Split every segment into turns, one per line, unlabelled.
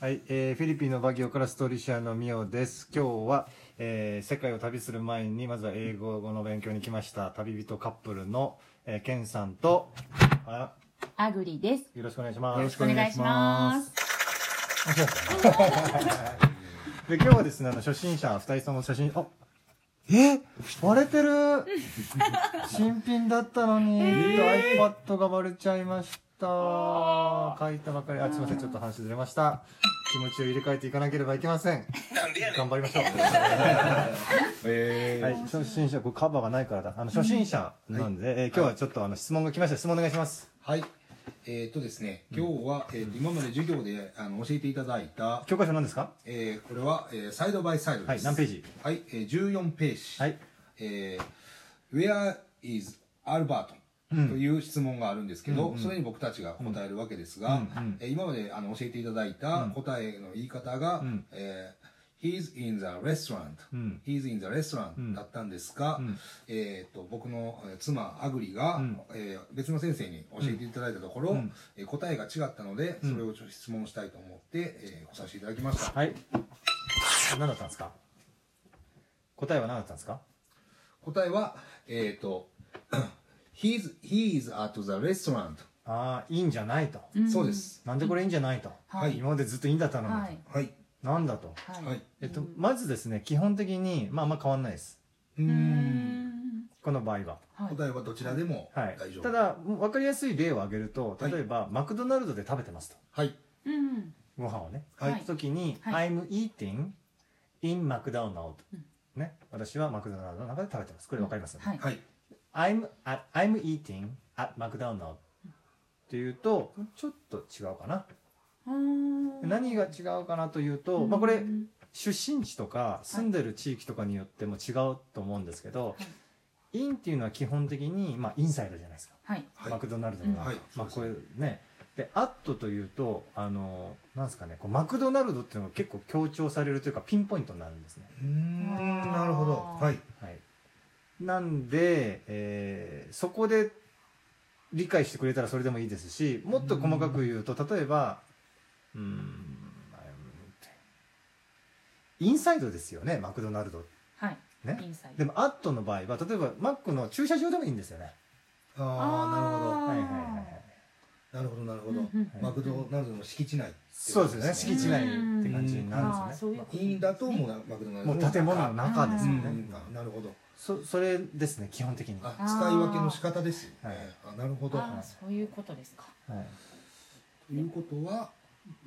はい、えーフィリピンのバギオからストーリーシアのミオです。今日は、えー世界を旅する前に、まずは英語の勉強に来ました。旅人カップルの、えーケンさんと、あ
アグリです。
よろしくお願いします。
よろしくお願いします。
で今日はですねあの初心者2人とも写真あえ割れて る新品だったのに、iPad が割れちゃいました書いたばかりあすいませんちょっと話ずれました気持ちを入れ替えていかなければいけません頑張りましょう
え
はい初心者これカバーがないからだあの初心者なんで、えー今日はちょっとあの質問が来ました質問お願いします
はい。えっ、とですね、今日は、えーと今まで授業であの教えていただいた、
教科書何ですか
えーこれは、えーサイドバイサイド
は
で
い
す。
何ページ
はい、えー、14ページ。
はい
えー Where is Alberto? という質問があるんですけど、それに僕たちが答えるわけですが、
うんうん
えー今まであの教えていただいた答えの言い方が、
ん
えー He's in the restaurant、
うん
He's in the restaurant、
ん
だったんですが、
ん
えー、と僕のえー妻アグリが、
ん
えー別の先生に教えていただいたところ、
ん
えー答えが違ったので、それをちょっと質問したいと思って、えー来させていただきました。
はい何だったんですか答えは何だったんですか
答えは、えっ、と、he's, he's at the restaurant、
ああいいんじゃないと、
そうです。
なんでこれいいんじゃないと、
はい
今までずっといいんだったのに、
はい。
はい。
なんだと、
は
はい。
えっと、まずですね基本的にまああんま変わんないです
うーん。
この場合は、
はい。
答えはどちらでも
はい
大丈、夫。
た、だ分かりやすい例を挙げると例えば、マクドナルドで食べてますと
はい。
うん。
ご飯をね、
はい
その時に「
はい
I'm eating in McDonald
うん」
ね私はマクドナルドの中で食べてますこれ分かりますよね、
はい。
はい。
I'm, at, I'm eating at McDonald っていうとちょっと違うかな何が違うかなというと、まあ、これ出身地とか住んでる地域とかによっても違うと思うんですけど、インっていうのは基本的に、まあ、インサイドじゃないですか、
はい。
はい
マクドナルドの、
はい
まあ、これねでアットというとあのなんですかねこうマクドナルドっていうのが結構強調されるというかピンポイントになるんですね、
うーん、なるほど。はい。
はい、なんで、えーそこで理解してくれたらそれでもいいですしもっと細かく言うと例えばうーんインサイドですよねマクドナルド
はい。イ
ね
ンサイ
で
ド。
もアットの場合は例えばマックの駐車場でもいいんですよね
あ
はいはいはいは
あ
い
あ、なるほど。なるほ
ー
ど、なる
うんうん
ほど。マクドナルドの敷地内。
そうですよね敷地内って感じになるんですよ
あ
ね
ーそういうこと
いいんだと、もうなマクドナルド
も
の
う
中。
建物の中ですよ
う
ね
んあなるほど。
そそれですね基本的に、は
あ、使い分けの仕方ですよね。
はい
あ、なるほど。
あーそういうことですか。
い、
ということは、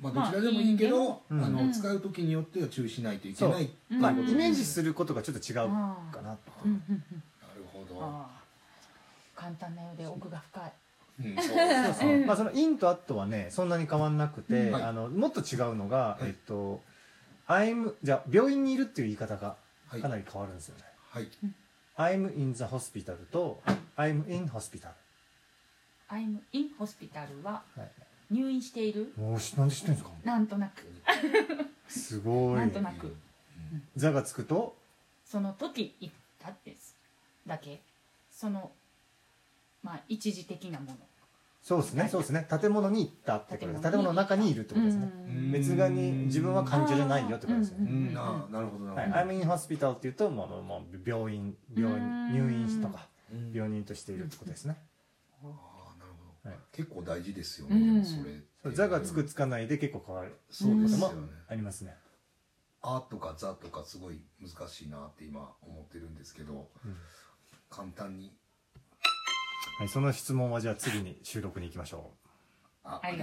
ま
ま
あ、ど
あ
ちらでもいいけど、あ
いいけど
の
うん
使う時によっては注意しないといけない。
うん
まあ
う
イ
ん
メージすることがちょっと違う
あ
かなと
ーうんうんうん
なるほど。
あー簡単なようで奥が深い。
うん、そう
そうまあ、そのインとアットはねそんなに変わんなくて、
うん
はい
あのもっと違うのが、
はい
えっと「I'm」じゃあ病院にいるっていう言い方が
はい。
かな
は
り変わるんですよね
い。
「I'm in the hospital」と「I'm in hospital
I'm in hospital は
はい
入院している」。
もうしなんで知ってんですか
なんとなく。
すごい
なんとなく。
「座」がつくと
その時行ったってですだけそのまあ一時的なも
そうですねそうですね建物に行ったってことです建
建物に
物の中にいるってことですね
の、
うん
別側に自分は患者じゃないよってことですよ
う
ね
ん、あーなるほど、
「
な
はい、
るほ
I'm in hospital」っていうと、まあまあまあ、病院病
うん
院入院とか
ど。うん
病人としているってことですね
あーなるほ
は
ど
い。
結構大事ですよ
う
ね。
ん
でもそ
「
れ
座」がつく。つかないで結構変わる
そうですよ
う
ね。
ありますね
あとかざとかすごい難しいなって今思ってるんですけど、簡単に。
はい、その質問はじゃあ次に収録に行きましょう。
あ
ありがとう